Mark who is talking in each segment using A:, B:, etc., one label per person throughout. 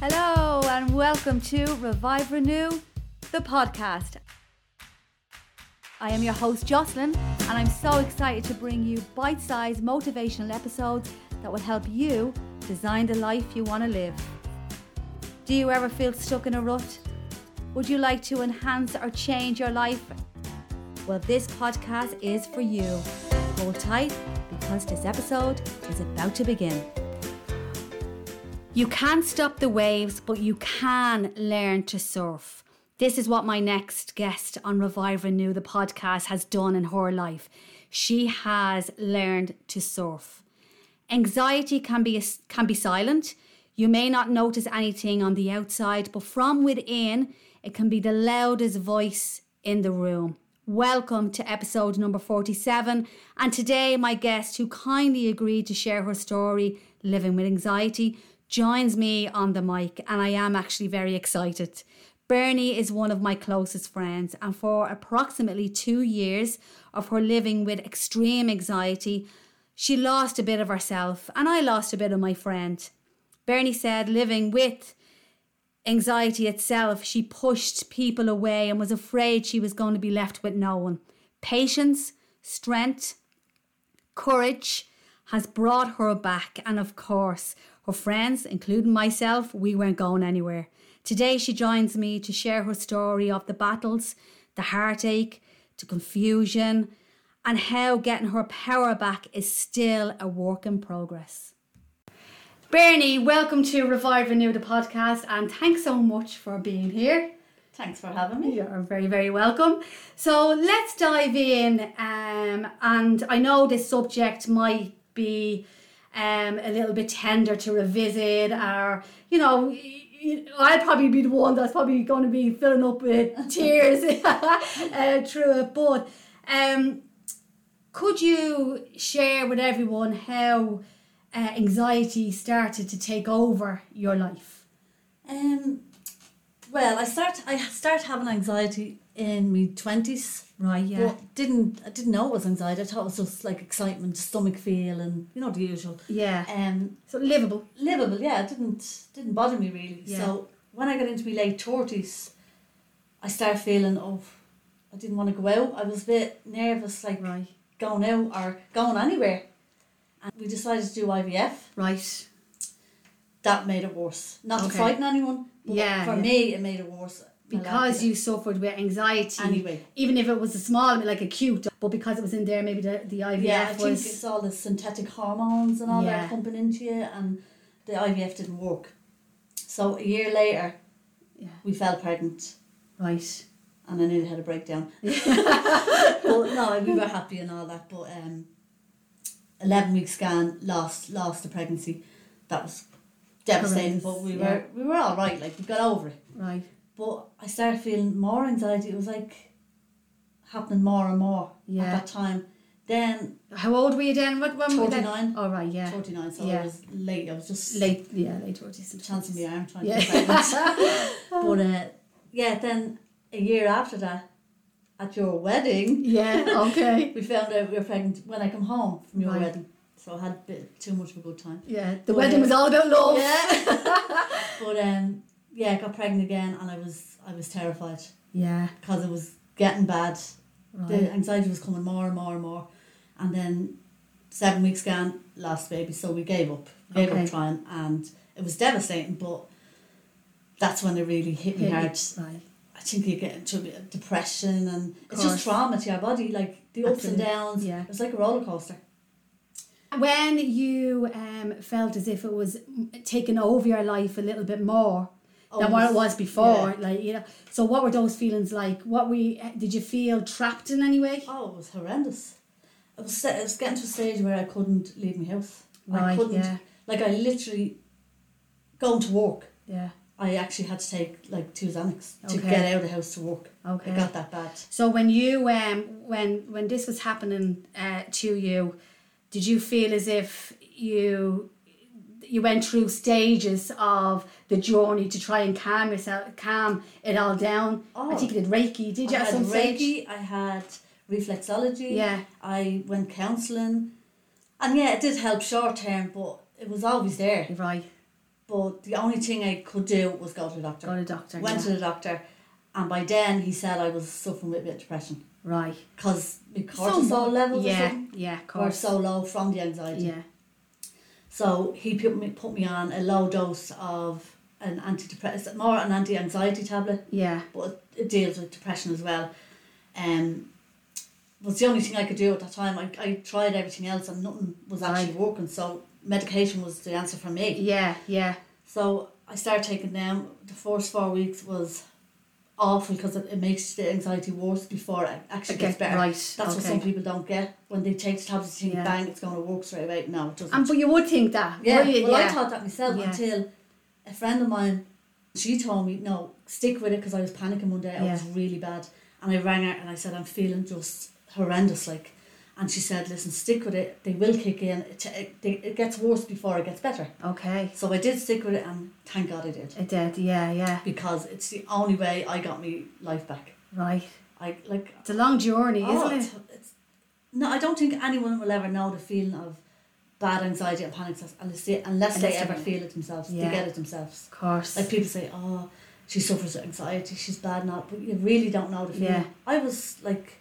A: Hello, and welcome to Revive Renew, the podcast. I am your host, Jocelyn, and I'm so excited to bring you bite sized motivational episodes that will help you design the life you want to live. Do you ever feel stuck in a rut? Would you like to enhance or change your life? Well, this podcast is for you. Hold tight because this episode is about to begin. You can't stop the waves, but you can learn to surf. This is what my next guest on Revive Renew, the podcast, has done in her life. She has learned to surf. Anxiety can be, can be silent. You may not notice anything on the outside, but from within, it can be the loudest voice in the room. Welcome to episode number 47. And today, my guest, who kindly agreed to share her story living with anxiety, joins me on the mic, and I am actually very excited. Bernie is one of my closest friends, and for approximately two years of her living with extreme anxiety, she lost a bit of herself, and I lost a bit of my friend. Bernie said living with anxiety itself, she pushed people away and was afraid she was going to be left with no one. Patience, strength, courage has brought her back, and of course, her friends, including myself, we weren't going anywhere. Today, she joins me to share her story of the battles, the heartache, the confusion, and how getting her power back is still a work in progress. Bernie, welcome to Revive Renew the podcast, and thanks so much for being here.
B: Thanks for having me.
A: You're very, very welcome. So let's dive in. Um, and I know this subject might be um, a little bit tender to revisit, or you know, I'd probably be the one that's probably going to be filling up with tears uh, through it. But um, could you share with everyone how uh, anxiety started to take over your life?
B: Um, well, I start I start having anxiety in my twenties.
A: Right, yeah.
B: But didn't I didn't know it was anxiety. I thought it was just like excitement, stomach feel, and you know the usual.
A: Yeah.
B: Um,
A: So livable.
B: livable. Yeah, it didn't didn't bother me really.
A: Yeah.
B: So when I got into my late thirties, I started feeling oh, I didn't want to go out. I was a bit nervous, like
A: Right.
B: going out or going anywhere. And we decided to do IVF.
A: Right.
B: That made it worse. Not to
A: Okay.
B: frighten anyone. But
A: Yeah,
B: For
A: yeah.
B: me, it made it worse. My
A: Because
B: life-
A: you suffered with anxiety.
B: Anyway.
A: Even if it was a small, like acute, but because it was in there, maybe the, the IVF
B: Yeah, I think
A: E was.
B: it's all the synthetic hormones and all
A: Yeah.
B: that pumping into you, and the IVF didn't work. So a year later,
A: Yeah.
B: we fell pregnant,
A: Right.
B: and I nearly had a breakdown. but no, we were happy and all that. But um, eleven week scan, lost lost the pregnancy. That was devastating,
A: Horrendous,
B: but we
A: yeah.
B: were we were all right. Like we got over it.
A: Right.
B: But I started feeling more anxiety. It was like happening more and more
A: Yeah.
B: at that time. Then
A: How old were you then? What when were you then?
B: 29.
A: Oh right, yeah.
B: forty nine, so
A: Yeah.
B: I was late. I was just
A: Late, yeah, late forties.
B: chance in my arm trying
A: Yeah.
B: to get pregnant. but uh, yeah, then a year after that, at your wedding,
A: Yeah. Okay.
B: we found out we were pregnant when I come home from your
A: Right.
B: wedding. So I had a bit too much of a good time.
A: Yeah. The
B: But,
A: wedding
B: uh,
A: was all about love.
B: Yeah. but um, yeah, I got pregnant again, and I was I was terrified
A: Yeah.
B: because it was getting bad.
A: Right.
B: The anxiety was coming more and more and more, and then seven weeks gone, lost baby. So we gave up, gave
A: Okay.
B: up trying, and it was devastating. But that's when it really hit me
A: Hit you.
B: hard.
A: Right.
B: I think you get into a bit of depression and
A: course.
B: it's just trauma to your body, like the ups
A: Absolutely,
B: and downs.
A: yeah.
B: It's like a roller coaster.
A: When you um, felt as if it was mm, taking over your life a little bit more than what it was before, like you know. So what were those feelings like? What we did you feel trapped in any way?
B: Oh, it was horrendous. It was, it was getting to a stage where I couldn't leave my house.
A: Right,
B: I couldn't.
A: yeah.
B: Like, I literally, going to work,
A: Yeah.
B: I actually had to take like two Xanax to
A: Okay.
B: get out of the house to work.
A: Okay.
B: It got that bad.
A: So when you um when when this was happening uh, to you, did you feel as if you you went through stages of the journey to try and calm yourself, calm it all down? I
B: Oh.
A: think you did Reiki. Did you
B: I
A: at
B: had
A: some
B: Reiki,
A: stage?
B: I had reflexology.
A: Yeah.
B: I went counselling. And yeah, it did help short term, but it was always there.
A: Right.
B: But the only thing I could do was go to the doctor.
A: Go to the doctor.
B: Went
A: yeah.
B: to the doctor, and by then he said I was suffering with a bit of depression
A: right.
B: because my cortisol
A: Some-
B: levels or
A: Yeah,
B: something
A: yeah, of
B: were
A: course.
B: so low from the anxiety.
A: yeah,
B: So he put me put me on a low dose of an antidepressant, more an anti anxiety tablet,
A: yeah,
B: but it deals with depression as well. Um, was the only thing I could do at that time. I, I tried everything else and nothing was actually working. So medication was the answer for me.
A: yeah, yeah,
B: So I started taking them. The first four weeks was awful because it, it makes the anxiety worse before it actually
A: Okay,
B: gets better.
A: right,
B: That's
A: okay.
B: what some people don't get when they take the tablets. You
A: Yeah.
B: think, bang, it's going to work straight away. No, it doesn't.
A: And but you would think that,
B: Yeah,
A: would you?
B: well, I
A: Yeah.
B: thought that myself
A: Yeah.
B: until a friend of mine, she told me, no, stick with it because I was panicking one day. I was really bad. And I rang her and I said, I'm feeling just horrendous. Like, and she said, listen, stick with it. They will kick in. It, it, they- it gets worse before it gets better.
A: okay,
B: So I did stick with it and thank God I did
A: it did, yeah, yeah,
B: because it's the only way I got my life back.
A: right.
B: I like,
A: It's a long journey,
B: oh,
A: isn't it?
B: it's, it's, no, I don't think anyone will ever know the feeling of bad anxiety and panic attacks unless they, unless they
A: Unless they-
B: ever feel it themselves.
A: Yeah.
B: They get it themselves.
A: Of course.
B: Like people say, oh, she suffers with anxiety, she's bad now, but you really don't know the feeling.
A: Yeah.
B: I was like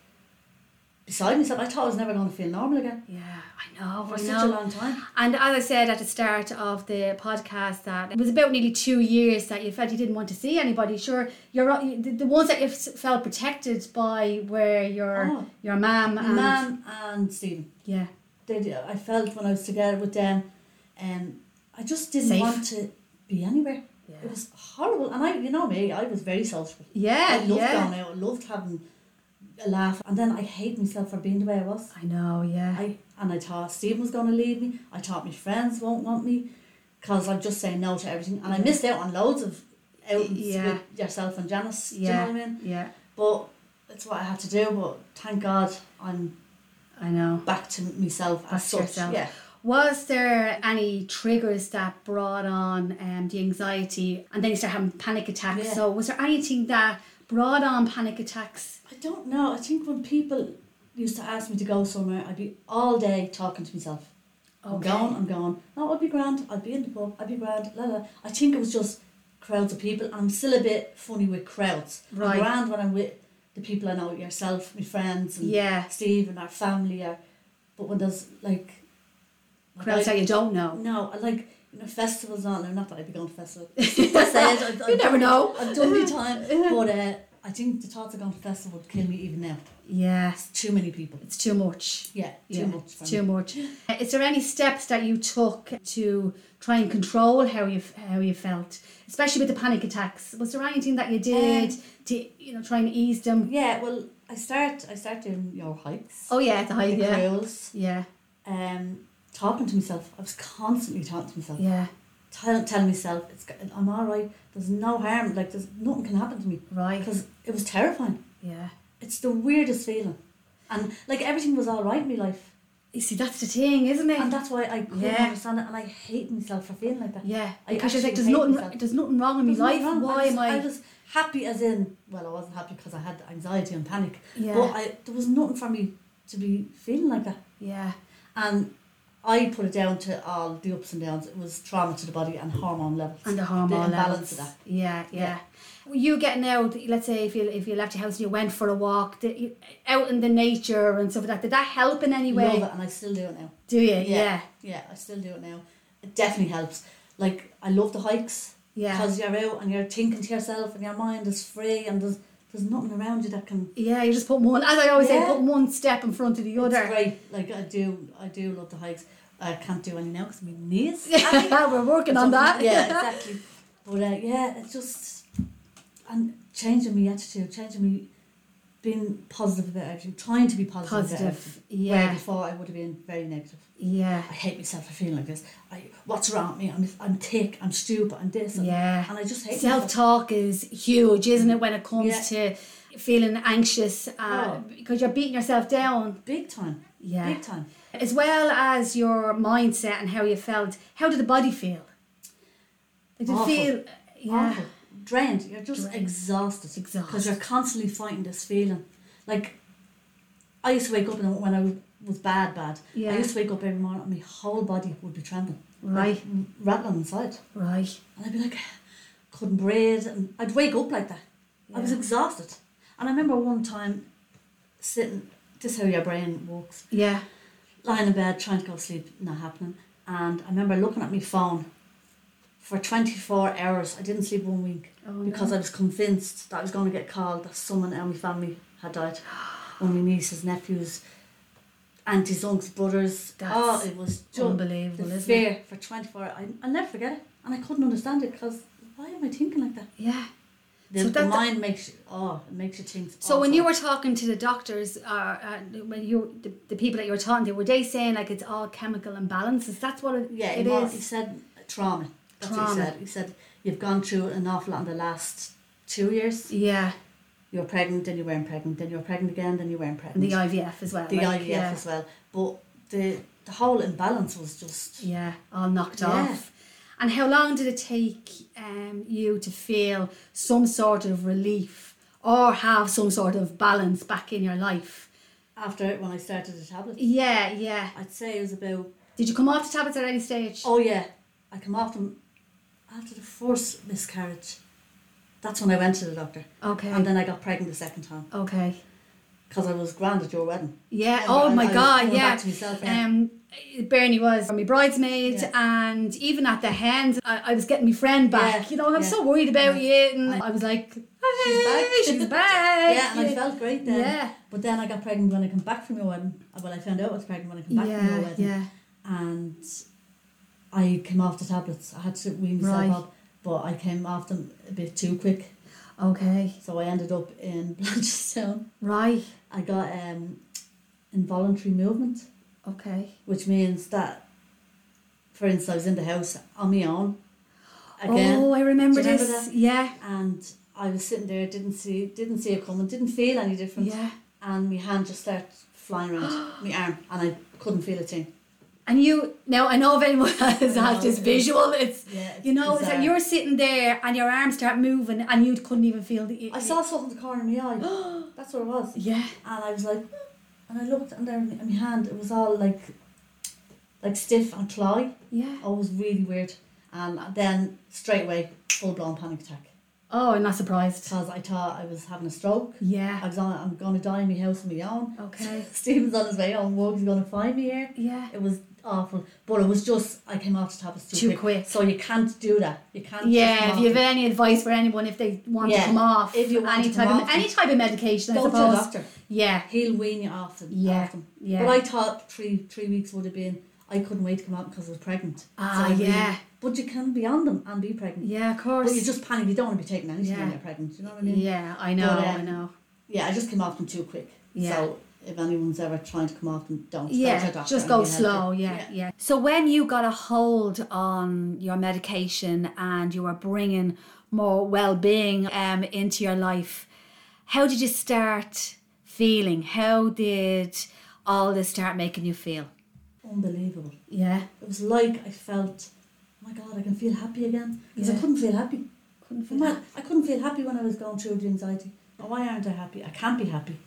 B: beside myself. I thought I was never going to feel normal again
A: yeah, I know,
B: for
A: I
B: such
A: know.
B: a long time.
A: And as I said at the start of the podcast, that it was about nearly two years that you felt you didn't want to see anybody. Sure, you're right, the the ones that you s- felt protected by were your
B: Oh.
A: your mum
B: My
A: and
B: mum and Stephen,
A: yeah,
B: they, d- I felt when I was together with them, um, I just didn't
A: Safe.
B: want to be anywhere.
A: yeah,
B: It was horrible. And I, you know me, I was very social. I
A: yeah,
B: loved
A: yeah.
B: going out. I loved having a laugh. And then I hate myself for being the way I was.
A: I know, yeah,
B: I and I thought Stephen was going to leave me. I thought my friends won't want me because I'm just saying no to everything. And I missed out on loads of outings
A: Yeah.
B: with yourself and Janice.
A: yeah,
B: Do you know what I mean?
A: yeah.
B: But that's what I had to do. But thank God I'm
A: I know.
B: back to myself
A: Back
B: as
A: to
B: such.
A: yourself.
B: Yeah.
A: Was there any triggers that brought on um, the anxiety and then you start having panic attacks?
B: Yeah.
A: So, was there anything that brought on panic attacks?
B: I don't know. I think when people used to ask me to go somewhere, I'd be all day talking to myself. I'm gone, I'm gone. No, I'd be grand. I'd be in the pub. I'd be grand. La, la. I think it was just crowds of people. I'm still a bit funny with crowds.
A: Right.
B: I'm grand when I'm with the people I know, yourself, my friends, and
A: Yeah,
B: Steve, and our family. Or, but when there's like. like,
A: crowds that you don't know.
B: No, I like you know festivals. Not, not that I'd be going to festivals. As I said, I've,
A: You
B: I've,
A: never know.
B: I've done my time. But uh, I think the thoughts of going to festival would kill me even now.
A: Yeah,
B: It's too many people.
A: it's too much.
B: Yeah, too
A: Yeah,
B: much.
A: it's
B: for me.
A: too much. Uh, Is there any steps that you took to try and control how you f- how you felt, especially with the panic attacks? Was there anything
B: Um,
A: that you did to you know try and ease them?
B: Yeah, well, I start I start doing your hikes.
A: Oh yeah, the high,
B: the
A: yeah,
B: cruise,
A: yeah,
B: um, talking to myself. I was constantly talking to myself,
A: yeah.
B: tell, telling myself it's g- I'm all right. There's no harm. Like there's nothing can happen to me
A: Right.
B: because it was terrifying.
A: Yeah.
B: It's the weirdest feeling, and like everything was all right in my life,
A: You see, that's the thing, isn't it?
B: and that's why I couldn't
A: Yeah.
B: understand it, and I hate myself for feeling like that.
A: yeah.
B: I
A: Because you're like,
B: actually
A: there's
B: hate
A: nothing,
B: myself.
A: there's nothing wrong in my
B: There's
A: life.
B: nothing wrong.
A: Why
B: I was,
A: am I?
B: I was happy as in well, I wasn't happy because I had anxiety and panic,
A: yeah.
B: but I there was nothing for me to be feeling like that.
A: yeah.
B: And I put it down to all the ups and downs. It was trauma to the body and hormone levels.
A: And the hormone
B: The
A: levels.
B: imbalance of that.
A: Yeah, yeah.
B: Yeah.
A: Were You getting out, let's say if you if you left your house and you went for a walk, did you, out in the nature and stuff like that, did that help in any way?
B: Love it, and I still do it now.
A: Do you? Yeah. Yeah.
B: Yeah. Yeah, I still do it now. It definitely helps. Like I love the hikes
A: Yeah,
B: because you're out and you're thinking to yourself, and your mind is free, and there's there's nothing around you that can.
A: you just put one, as I always say,
B: Yeah.
A: put one step in front of the
B: It's
A: other.
B: great. Like I do, I do love the hikes. I can't do any now because my knees.
A: We're working on that.
B: Yeah, exactly. But uh, yeah, it's just and changing my attitude, changing me, being positive about everything, trying to be positive. About everything.
A: Positive.
B: Where
A: Yeah.
B: before I would have been very negative.
A: Yeah.
B: I hate myself for feeling like this. I what's wrong with me? I'm I'm thick. I'm stupid. I'm this. And,
A: Yeah.
B: And I just hate
A: Self
B: myself.
A: talk is huge, isn't it, when it comes to feeling anxious uh,
B: Oh.
A: because you're beating yourself down.
B: Big time.
A: Yeah.
B: Big time.
A: As well as your mindset and how you felt, how did the body feel? Like, did it
B: Awful.
A: feel. Yeah.
B: Awful. Drained. You're just
A: Drained.
B: exhausted.
A: Exhausted.
B: Because you're constantly fighting this feeling. Like, I used to wake up in the, when I was bad, bad.
A: Yeah.
B: I used to wake up every morning and my whole body would be trembling.
A: Right.
B: m- rattling inside.
A: Right.
B: And I'd be like, couldn't breathe. And I'd wake up like that. I was exhausted. And I remember one time sitting, this is how your brain works,
A: Yeah.
B: lying in bed trying to go to sleep, not happening. And I remember looking at my phone for 24 hours. I didn't sleep one week
A: Oh,
B: because I was convinced that I was going to get called that someone in my family had died. One of my nieces, nephews, aunties, uncles, brothers.
A: That's
B: oh, it was just
A: Unbelievable,
B: the
A: isn't it?
B: fear for 24 hours. I, I'll never forget it. And I couldn't understand it because why am I thinking like that?
A: Yeah.
B: The,
A: So
B: the
A: that-
B: mind makes you, oh, it makes you think.
A: So when you were talking to the doctors, uh, uh, when you the, the people that you were talking to, were they saying like it's all chemical imbalances? That's what it,
B: Yeah,
A: it
B: he, was, he
A: is.
B: said trauma. That's what he
A: Trauma.
B: said. He said, you've gone through an awful lot in the last two years.
A: Yeah,
B: You were pregnant, then you weren't pregnant, then you were pregnant again, then you weren't
A: and
B: pregnant.
A: the IVF as well.
B: the
A: like,
B: IVF
A: yeah.
B: as well. But the, the whole imbalance was just,
A: Yeah, all knocked
B: Yeah.
A: off. And how long did it take um, you to feel some sort of relief or have some sort of balance back in your life?
B: after it, when I started the tablet,
A: Yeah, yeah.
B: I'd say it was about
A: Did you come off the tablets at any stage?
B: Oh yeah, I come off them after the first miscarriage. That's when I went to the doctor,
A: okay.
B: and then I got pregnant the second time
A: okay.
B: because I was grand at your wedding.
A: Yeah.
B: Yeah,
A: oh
B: I- I
A: my
B: was
A: God.
B: coming
A: Yeah.
B: back to myself, yeah.
A: Um, Bernie was my bridesmaid,
B: Yeah.
A: and even at the hands, I, I was getting my friend back.
B: Yeah,
A: You know, I'm
B: yeah.
A: so worried about you, and
B: I-
A: I, was like, "Hey,
B: back."
A: she's back."
B: Yeah, and I felt um, great then.
A: Yeah.
B: But then I got pregnant when I come back from your wedding. Uh, Well, I found out I was pregnant when I come back from your
A: yeah,
B: wedding,
A: yeah.
B: and I came off the tablets. I had to wean myself
A: Right.
B: up, but I came off them a bit too quick,
A: Okay,
B: so I ended up in Blanchardstown.
A: right.
B: I got um, involuntary movement.
A: Okay.
B: which means that, for instance, I was in the house on my own again,
A: Oh, I remember,
B: Do you remember
A: this. Yeah,
B: and I was sitting there, didn't see, didn't see it coming, didn't feel any different,
A: yeah.
B: and my hand just started flying around my arm, and I couldn't feel a thing.
A: And you now I know if anyone has
B: I
A: had
B: know,
A: this
B: it-
A: visual, it's
B: Yeah, it's
A: you know, it's like
B: bizarre.
A: you're sitting there and your arms start moving and you couldn't even feel the.
B: I saw something in the corner of my eye. That's what it was,
A: Yeah.
B: and I was like, "Hmm." and I looked, and there, in my hand, it was all like, like stiff and clawy.
A: Yeah.
B: Oh, it was really weird, and then straight away, full blown panic attack
A: Oh, I'm not surprised.
B: because I thought I was having a stroke. I
A: Yeah.
B: was on, I'm gonna die in my house on my own.
A: Okay.
B: Stephen's on his way home. Wug's gonna find me here.
A: Yeah.
B: It was awful, but it was just I came off the tablets too,
A: Too quick.
B: So you can't do that. You can't.
A: Yeah.
B: just
A: If you have
B: not
A: any advice for anyone, if they want to
B: Yeah,
A: come off,
B: if you want
A: any
B: to
A: type
B: come
A: of
B: off,
A: any type of medication, I
B: go to the
A: suppose.
B: doctor.
A: Yeah.
B: He'll wean you off them.
A: Yeah,
B: off them.
A: yeah.
B: But I thought three three weeks would have been. I couldn't wait to come out because I was pregnant.
A: Ah,
B: I really-
A: yeah.
B: but you can be on them and be pregnant.
A: Yeah. Of course.
B: But you just panic. You don't want to be taking anything
A: Yeah.
B: when you're pregnant. You know what I mean?
A: yeah. I know.
B: But,
A: I
B: um,
A: know.
B: Yeah, I just came off them too quick.
A: Yeah.
B: So if anyone's ever trying to come off them, don't. go to a
A: Yeah,
B: doctor
A: just
B: and
A: go
B: be helpful.
A: slow. Yeah, yeah, So when you got a hold on your medication and you were bringing more well-being um, into your life, how did you start feeling? How did all this start making you feel?
B: Unbelievable.
A: Yeah,
B: It was like I felt, oh my God, I can feel happy again. Because
A: Yeah.
B: I couldn't feel happy.
A: couldn't
B: Man, I couldn't feel happy when I was going through the anxiety. Now, why aren't I happy? I can't be happy.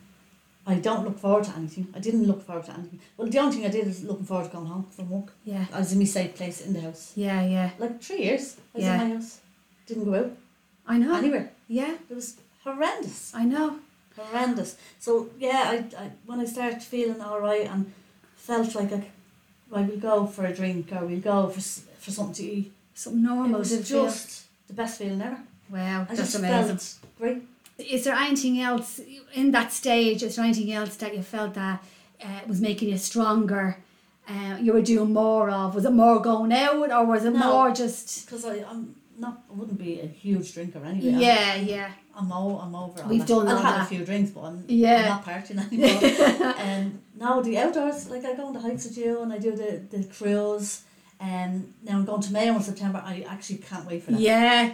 B: I don't look forward to anything. I didn't look forward to anything. Well, the only thing I did was looking forward to going home from work.
A: Yeah,
B: I was in my safe place in the house.
A: yeah, yeah.
B: Like three years, I was
A: Yeah.
B: in my house. Didn't go out
A: I know.
B: anywhere.
A: Yeah,
B: It was horrendous.
A: I know.
B: Horrendous. So, yeah, I, I when I started feeling all right and felt like I, c- I will go for a drink or we'll go for, s- for something to eat.
A: Something
B: It
A: normal.
B: was
A: didn't
B: just
A: feel-
B: the best feeling ever.
A: wow,
B: I
A: that's
B: just
A: amazing.
B: felt great.
A: Is there anything else in that stage? Is there anything else that you felt that uh, was making you stronger? Uh, you were doing more of? Was it more going out, or was it
B: No.
A: more just?
B: Because I, I'm not, I wouldn't be a huge drinker anyway. I'm-
A: Yeah, yeah,
B: I'm, o- I'm over. all
A: We've
B: that.
A: done
B: I've
A: all
B: had
A: that.
B: a few drinks, but I'm,
A: Yeah.
B: I'm not partying anymore. um, now the outdoors, like I go on the hikes with you and I do the, the cruise. Um, now I'm going to Mayo in September. I actually can't wait for that.
A: yeah.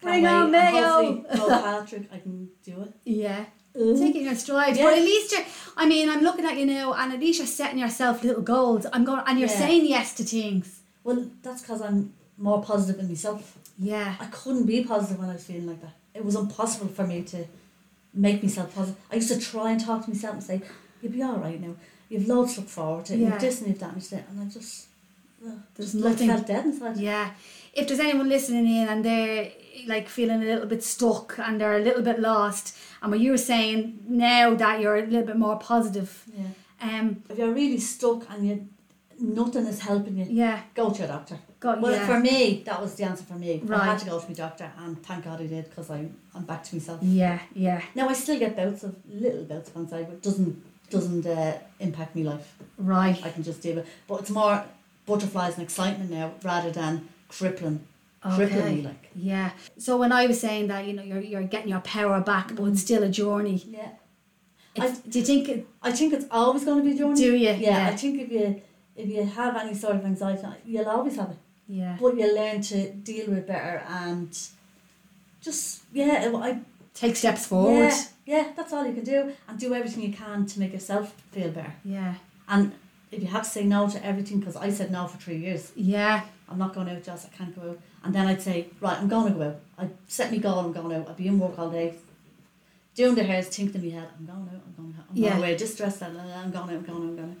B: Can't
A: Bring
B: wait.
A: on
B: And
A: Mayo.
B: hopefully Go Patrick, I can do it.
A: Yeah. Taking your stride,
B: Mm-hmm. Yeah.
A: but at least you're. I mean, I'm looking at you now, and at least you're setting yourself little goals. I'm going, and you're
B: Yeah.
A: saying yes to things.
B: Well, that's because I'm more positive in myself.
A: Yeah,
B: I couldn't be positive when I was feeling like that. It was impossible for me to make myself positive. I used to try and talk to myself and say, You'll be all right now. You've loads to look forward to.
A: Yeah.
B: You've this and you've that and you've that. And I just There's
A: Just
B: nothing.
A: nothing.
B: felt dead inside.
A: Yeah. If there's anyone listening in and they're like feeling a little bit stuck and they're a little bit lost, and what you were saying now that you're a little bit more positive,
B: Yeah.
A: um,
B: If you're really stuck and you nothing is helping you,
A: yeah,
B: go to your doctor.
A: got
B: Well,
A: yeah.
B: for me, that was the answer for me. I
A: Right.
B: had to go to my doctor, and thank God I did because I'm I'm back to myself.
A: yeah, yeah,
B: Now I still get bouts of little bouts of anxiety, but it doesn't doesn't uh, impact my life.
A: right.
B: I can just deal with. But it's more butterflies and excitement now rather than crippling, crippling me
A: Okay.
B: like.
A: Yeah. So when I was saying that, you know, you're you're getting your power back, but
B: Mm.
A: it's still a journey.
B: Yeah,
A: It's- do you think? It,
B: I think it's always going to be a journey.
A: do you?
B: yeah, I
A: Yeah.
B: think if you if you have any sort of anxiety, you'll always have it.
A: Yeah.
B: But you learn to deal with it better and just yeah, it- I
A: Take steps forward.
B: yeah, yeah, that's all you can do, and do everything you can to make yourself feel better.
A: Yeah.
B: And if you have to say no to everything, because I said no for three years,
A: Yeah.
B: I'm not going out, Jess, I can't go out. And then I'd say, right, I'm going to go out. I set me goal, I'm going out. I'd be in work all day, doing the hairs, thinking in my head, I'm going out, I'm going out, I'm
A: Yeah.
B: going away, just dress that, la, la, I'm going out, I'm going out, I'm going out.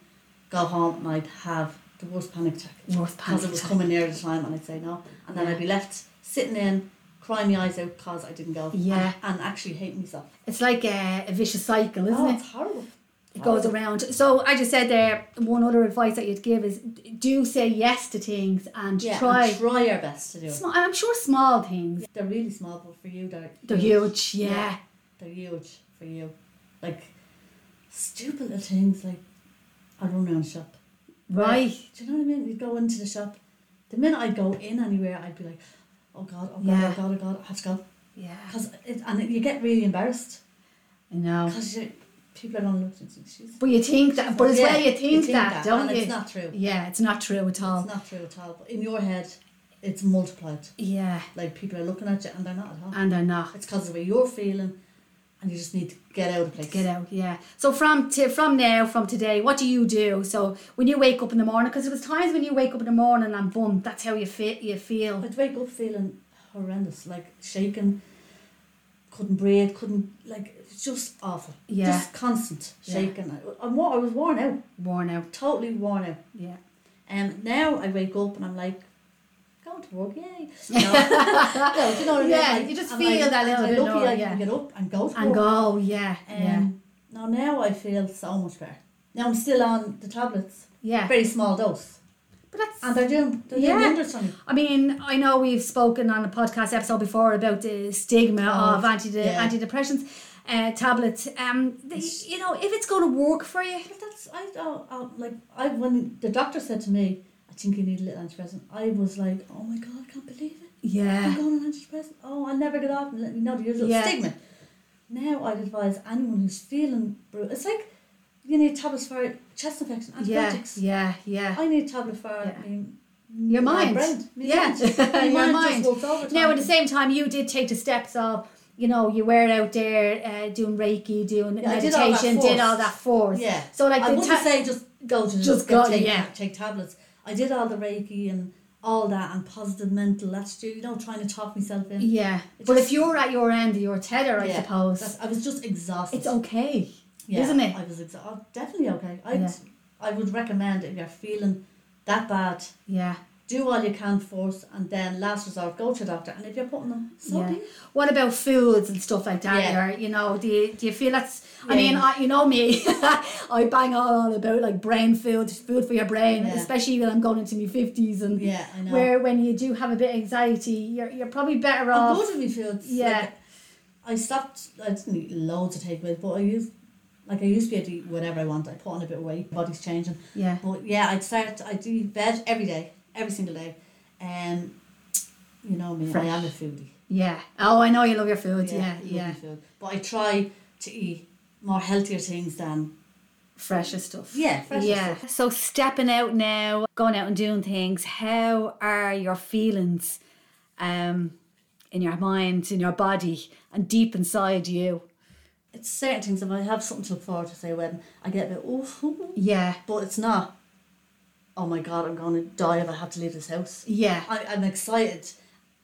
B: Go home and I'd have the worst panic attack.
A: Worth
B: Because it was
A: panic.
B: coming near the time and I'd say no. And then
A: Yeah.
B: I'd be left sitting in, crying my eyes out because I didn't go.
A: Yeah.
B: And, and actually hating myself.
A: It's like a, a vicious cycle, isn't
B: oh,
A: it?
B: it's horrible.
A: It goes around. So I just said there one other advice that you'd give is do say yes to things and
B: Yeah, and
A: try.
B: try our best to do it.
A: Small, I'm sure small things.
B: They're really small, but for you, they're,
A: They're huge. Yeah.
B: they're huge for you. Like stupid little things like I run around the shop.
A: Right.
B: Do you know what I mean? We'd go into the shop. The minute I'd go in anywhere, I'd be like, oh God, oh God,
A: Yeah.
B: oh God, oh God, I have to go.
A: Yeah.
B: Cause it, and you get really embarrassed
A: I know.
B: because you, people are going to look and think, she's.
A: But you think that, but it's
B: Yeah,
A: where you think, that, don't
B: and
A: you?
B: It's not true.
A: yeah, it's not true at all.
B: It's not true at all. But in your head, it's multiplied.
A: yeah,
B: Like people are looking at you and they're not at all.
A: and they're not.
B: It's because of the way you're feeling and you just need to get out of the place.
A: Get out, yeah. So from t- from now, from today, what do you do? So when you wake up in the morning, because there was times when you wake up in the morning and boom, that's how you fit, you feel.
B: I'd wake up feeling horrendous, like shaking, couldn't breathe, couldn't like it was just awful.
A: Yeah.
B: Just constant
A: Yeah.
B: shaking. I, I'm, wa- I was worn out,
A: Worn out.
B: totally worn out.
A: Yeah.
B: And um, now I wake up and I'm like, going to work, yay. No, no do you know what I mean?
A: Yeah,
B: Like,
A: you just
B: I'm
A: feel
B: like,
A: that little
B: I'm
A: bit
B: lucky
A: lower,
B: I
A: yeah.
B: can get up and go to
A: And
B: work.
A: go, yeah,
B: Um,
A: yeah,
B: Now, now I feel so much better. Now I'm still on the tablets,
A: yeah.
B: very small dose,
A: But that's
B: and they're doing they're
A: Yeah.
B: doing wonders for me.
A: I mean, I know we've spoken on a podcast episode before about the stigma
B: Oh,
A: of anti
B: yeah.
A: antidepressants uh, tablets. Um, the, you know, if it's going to work for you,
B: But that's I, I, I like I when the doctor said to me, I think you need a little antidepressant. I was like, oh my god, I can't believe it. I'm
A: yeah,
B: going on antidepressant. Oh, I'll never get off. And let me know the usual
A: Yeah.
B: stigma. Now I'd advise anyone who's feeling brutal. It's like you need tablets for chest infection,
A: yeah,
B: antibiotics.
A: yeah, yeah.
B: I need a tablet for
A: Yeah.
B: me-
A: Your
B: my
A: mind.
B: brain, my
A: Yeah.
B: mind. My
A: Your
B: mind,
A: mind.
B: Just works overtime.
A: Now, at the same time, you did take the steps of, you know, you were out there uh, doing Reiki, doing
B: Yeah, I did all that
A: meditation, did
B: first.
A: all that for us.
B: yeah.
A: So, like,
B: I
A: the
B: wouldn't
A: ta-
B: say just go to
A: Just
B: get-
A: go,
B: take,
A: yeah.
B: take tablets. I did all the Reiki and all that and positive mental attitude, you know, trying to talk myself in.
A: yeah.
B: It
A: But
B: just-
A: if you're at your end, you're tether, I
B: Yeah,
A: suppose.
B: That's- I was just exhausted.
A: It's okay.
B: Yeah,
A: isn't it?
B: I was exa- oh, definitely okay. I'd,
A: Yeah.
B: I would recommend if you're feeling that bad,
A: Yeah.
B: do all you can first and then last resort, go to a doctor. And if you're putting them, so
A: Yeah.
B: be it.
A: What about foods and stuff like that?
B: Yeah.
A: Or, you know, do you, do you feel that's? I
B: Yeah.
A: mean, I, you know me, I bang on about like brain food, food for your brain,
B: Yeah.
A: especially when I'm going into my fifties and
B: Yeah, I know.
A: where when you do have a bit of anxiety, you're you're probably better
B: I'm
A: off.
B: Oh, good with my foods.
A: Oh, Yeah.
B: Like, I stopped, I didn't eat loads of takeaways, but I used, like I used to be able to eat whatever I want. I put on a bit of weight, body's changing.
A: Yeah,
B: But yeah, I'd start. I do veg every day, every single day. Um, you know me,
A: Fresh.
B: I am a foodie.
A: yeah. Oh, I know you love your food. Yeah,
B: I love
A: yeah.
B: my Food. But I try to eat more healthier things than
A: Fresher stuff.
B: yeah, fresh
A: yeah.
B: stuff.
A: So stepping out now, going out and doing things. How are your feelings, um, in your mind, in your body, and deep inside you?
B: It's certain things. If I have something to look forward to, say a wedding, I get a bit oh,
A: Yeah,
B: but it's not. Oh my god, I'm going to die if I have to leave this house.
A: yeah.
B: I, I'm excited.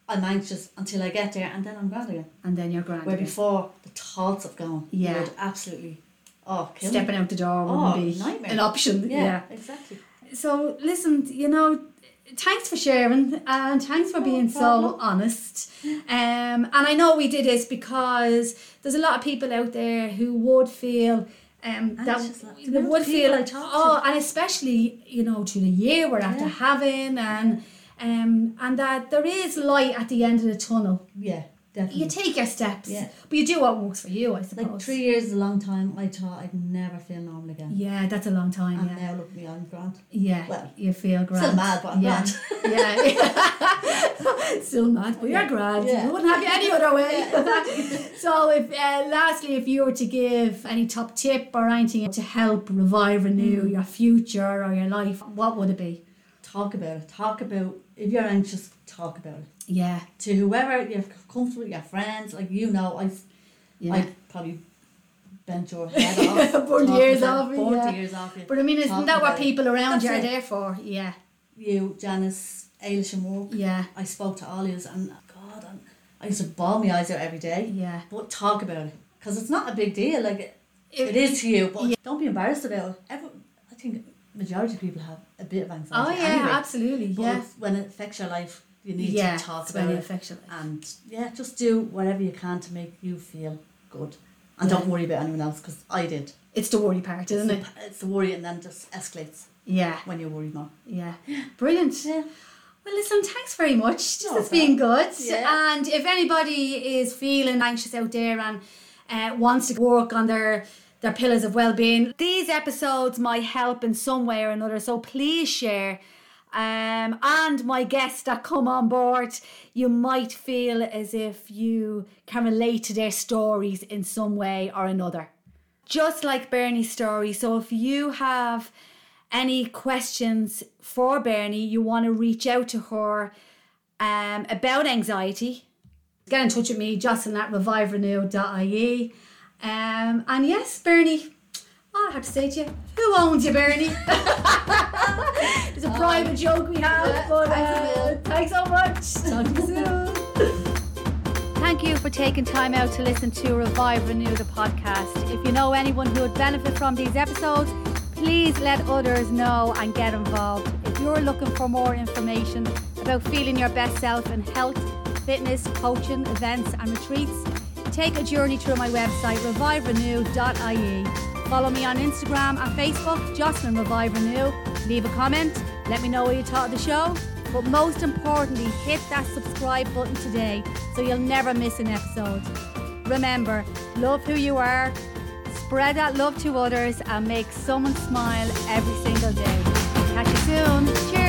B: I'm anxious until I get there, and then I'm glad again.
A: And then your grand.
B: Where
A: again.
B: before the thoughts of going,
A: Yeah.
B: would absolutely, oh, kill me.
A: Stepping out the door wouldn't
B: Oh,
A: be
B: nightmare.
A: an option.
B: yeah, exactly.
A: So listen, you know, thanks for sharing and thanks for being so honest. Um, and I know we did this because there's a lot of people out there who would feel. Um, that
B: Anxious, like,
A: they would
B: people
A: feel
B: I
A: like
B: talk to.
A: oh, and especially you know through the year we're after
B: Yeah.
A: having and um and that there is light at the end of the tunnel.
B: Yeah,
A: You
B: definitely.
A: take your steps,
B: Mm. Yeah.
A: but you do what works for you, I suppose.
B: Like three years is a long time. I thought I'd never feel normal again.
A: Yeah, that's a long time.
B: And
A: Yeah,
B: now look me, I'm grand.
A: yeah,
B: well,
A: you feel grand.
B: Still mad, but I'm
A: yeah.
B: grand.
A: yeah. Still mad, but you're grand.
B: Yeah.
A: We wouldn't have you any other way. so, if uh, lastly, if you were to give any top tip or anything to help revive, renew
B: Mm.
A: your future or your life, what would it be?
B: Talk about it. Talk about if you're anxious. Talk about it
A: Yeah,
B: to whoever you're comfortable with, your friends. Like you know, I
A: yeah.
B: I probably bent your head off.
A: Burned
B: talking
A: years
B: about-
A: off you,
B: Burned
A: yeah.
B: years off you.
A: but I mean, isn't
B: Talk
A: that what
B: about it.
A: people around you are
B: That's it.
A: there for? Yeah,
B: You, Janice, Ailish, and Moore.
A: yeah,
B: I spoke to all of yous and God, I'm, I used to bawl my eyes out every day.
A: yeah.
B: But talk about it because it's not a big deal. Like it,
A: It-
B: it is to you, but
A: Yeah.
B: don't be embarrassed about it. Every, I think majority of people have a bit of
A: Oh
B: anxiety.
A: yeah,
B: anyway.
A: absolutely.
B: But
A: Yeah,
B: it's when it affects your life, you need
A: yeah.
B: to talk
A: it's
B: about
A: very
B: it.
A: affectionate.
B: And yeah, just do whatever you can to make you feel good. And
A: Yeah.
B: don't worry about anyone else because I did.
A: It's the worry part, isn't it?
B: It's the- It's the worry and then just escalates
A: Yeah,
B: when you're worried more.
A: yeah. Brilliant. Well, listen, thanks very much. This
B: No
A: has been good.
B: Yeah.
A: And if anybody is feeling anxious out there and uh, wants to work on their their pillars of well-being, these episodes might help in some way or another. So please share. Um, and my guests that come on board, you might feel as if you can relate to their stories in some way or another just like Bernie's story. So if you have any questions for Bernie, you want to reach out to her um, about anxiety, get in touch with me, Jocelyn at reviverenew.ie. Um, and yes, Bernie, all I have to say to you, who owns you, Bernie? it's a private joke we have,
B: yeah,
A: but
B: thanks a
A: uh,
B: million.
A: thanks so much. Talk to you soon. Thank you for taking time out to listen to Revive Renew the podcast. If you know anyone who would benefit from these episodes, please let others know and get involved. If you're looking for more information about feeling your best self in health, fitness, coaching, events, and retreats, take a journey through my website, reviverenew.ie. Follow me on Instagram and Facebook, Jocelyn Revive Renew. Leave a comment, let me know what you thought of the show. But most importantly, hit that subscribe button today so you'll never miss an episode. Remember, love who you are, spread that love to others, and make someone smile every single day. Catch you soon. Cheers.